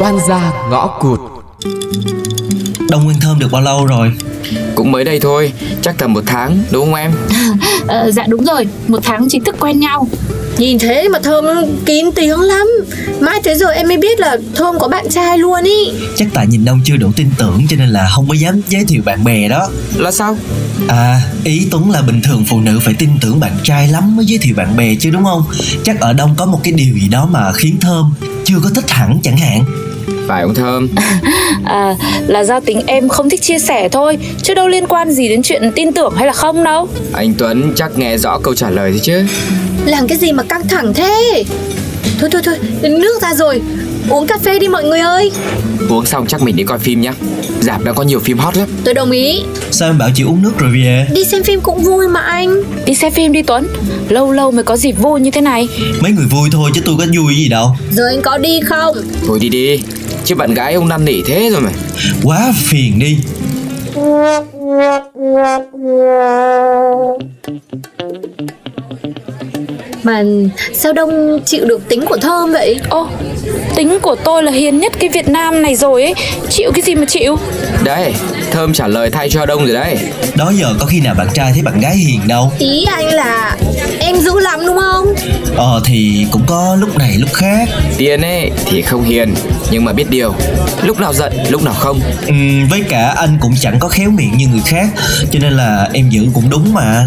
oan gia ngõ cụt Đông Nguyên Thơm được bao lâu rồi? Cũng mới đây thôi, chắc tầm một tháng đúng không em? Ờ, dạ đúng rồi, một tháng chính thức quen nhau Nhìn thế mà Thơm kín tiếng lắm Mãi tới giờ em mới biết là Thơm có bạn trai luôn ý Chắc tại nhìn Đông chưa đủ tin tưởng cho nên là không có dám giới thiệu bạn bè đó Là sao? À, ý Tuấn là bình thường phụ nữ phải tin tưởng bạn trai lắm mới giới thiệu bạn bè chứ đúng không? Chắc ở Đông có một cái điều gì đó mà khiến Thơm chưa có thích hẳn chẳng hạn Phải ông Thơm? À, là do tính em không thích chia sẻ thôi Chứ đâu liên quan gì đến chuyện tin tưởng hay là không đâu Anh Tuấn chắc nghe rõ câu trả lời rồi chứ Làm cái gì mà căng thẳng thế Thôi thôi thôi, nước ra rồi Uống cà phê đi mọi người ơi Uống xong chắc mình đi coi phim nhá Dạp đang có nhiều phim hot lắm Tôi đồng ý Sao em bảo chị uống nước rồi về? Đi xem phim cũng vui mà anh Đi xem phim đi Tuấn Lâu lâu mới có dịp vui như thế này Mấy người vui thôi chứ tôi có vui gì đâu Giờ anh có đi không Thôi đi đi Chứ bạn gái ông năn nỉ thế rồi mà Quá phiền đi Mà sao Đông chịu được tính của Thơm vậy Ô tính của tôi là hiền nhất cái Việt Nam này rồi ấy Chịu cái gì mà chịu Đấy, Thơm trả lời thay cho Đông rồi đấy Đó giờ có khi nào bạn trai thấy bạn gái hiền đâu Ý anh là em dữ lắm đúng không Ờ thì cũng có lúc này lúc khác Tiên ấy thì không hiền Nhưng mà biết điều Lúc nào giận, lúc nào không Ừm, Với cả anh cũng chẳng có khéo miệng như người khác Cho nên là em giữ cũng đúng mà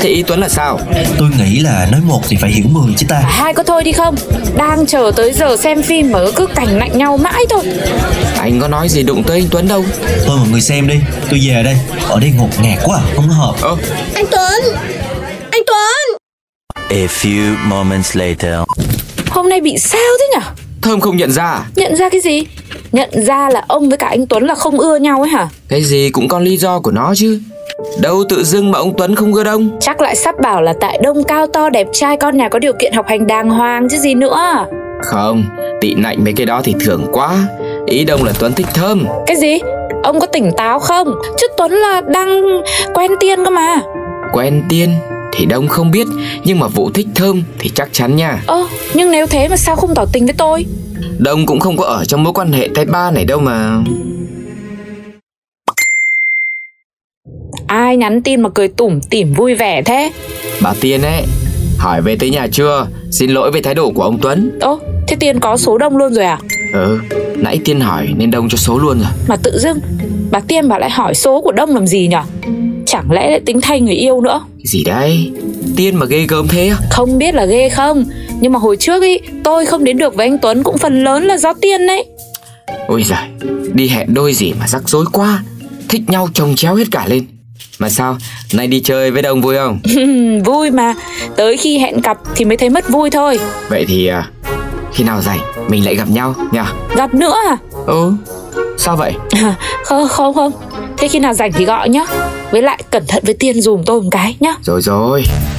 Thế ý Tuấn là sao? Tôi nghĩ là nói một thì phải hiểu mười chứ ta Hai có thôi đi không Đang chờ tới giờ xem phim mà cứ cảnh lạnh nhau mãi thôi Anh có nói gì đụng tới anh Tuấn đâu Thôi mọi người xem đi, tôi về đây Ở đây ngột ngạt quá, à, không có hợp Ơ, Anh Tuấn Anh Tuấn A few moments later. Hôm nay bị sao thế nhở Thơm không nhận ra à? Nhận ra cái gì Nhận ra là ông với cả anh Tuấn là không ưa nhau ấy hả Cái gì cũng có lý do của nó chứ Đâu tự dưng mà ông Tuấn không ưa Đông Chắc lại sắp bảo là tại đông cao to đẹp trai con nhà có điều kiện học hành đàng hoàng chứ gì nữa Không, tị nạnh mấy cái đó thì thường quá Ý Đông là Tuấn thích Thơm Cái gì? Ông có tỉnh táo không? Chứ Tuấn là đang quen tiên cơ mà Quen Tiên thì Đông không biết Nhưng mà vụ thích Thơm thì chắc chắn nha Ơ, nhưng nếu thế mà sao không tỏ tình với tôi? Đông cũng không có ở trong mối quan hệ tay ba này đâu mà Ai nhắn tin mà cười tủm tỉm vui vẻ thế? Bà Tiên ấy Hỏi về tới nhà chưa Xin lỗi về thái độ của ông Tuấn Ơ, thế tiên có số đông luôn rồi à? Ừ Nãy Tiên hỏi nên Đông cho số luôn rồi Mà tự dưng, bà tiên bà lại hỏi số của đông làm gì nhở? Chẳng lẽ lại tính thay người yêu nữa? Cái Gì đấy Tiên mà ghê gớm thế á Không biết là ghê không? Nhưng mà hồi trước ý, tôi không đến được với anh Tuấn cũng phần lớn là do tiên đấy Ôi giời Đi hẹn đôi gì mà rắc rối quá Thích nhau chồng chéo hết cả lên Mà sao Nay đi chơi với Đông vui không Ừ, Vui mà, tới khi hẹn cặp thì mới thấy mất vui thôi Vậy thì à, Khi nào rảnh Mình lại gặp nhau nhỉ Gặp nữa à? Ừ Sao vậy À, không không không thế khi nào rảnh thì gọi nhá với lại cẩn thận với tiên dùm tôi một cái nhá Rồi rồi Ờ,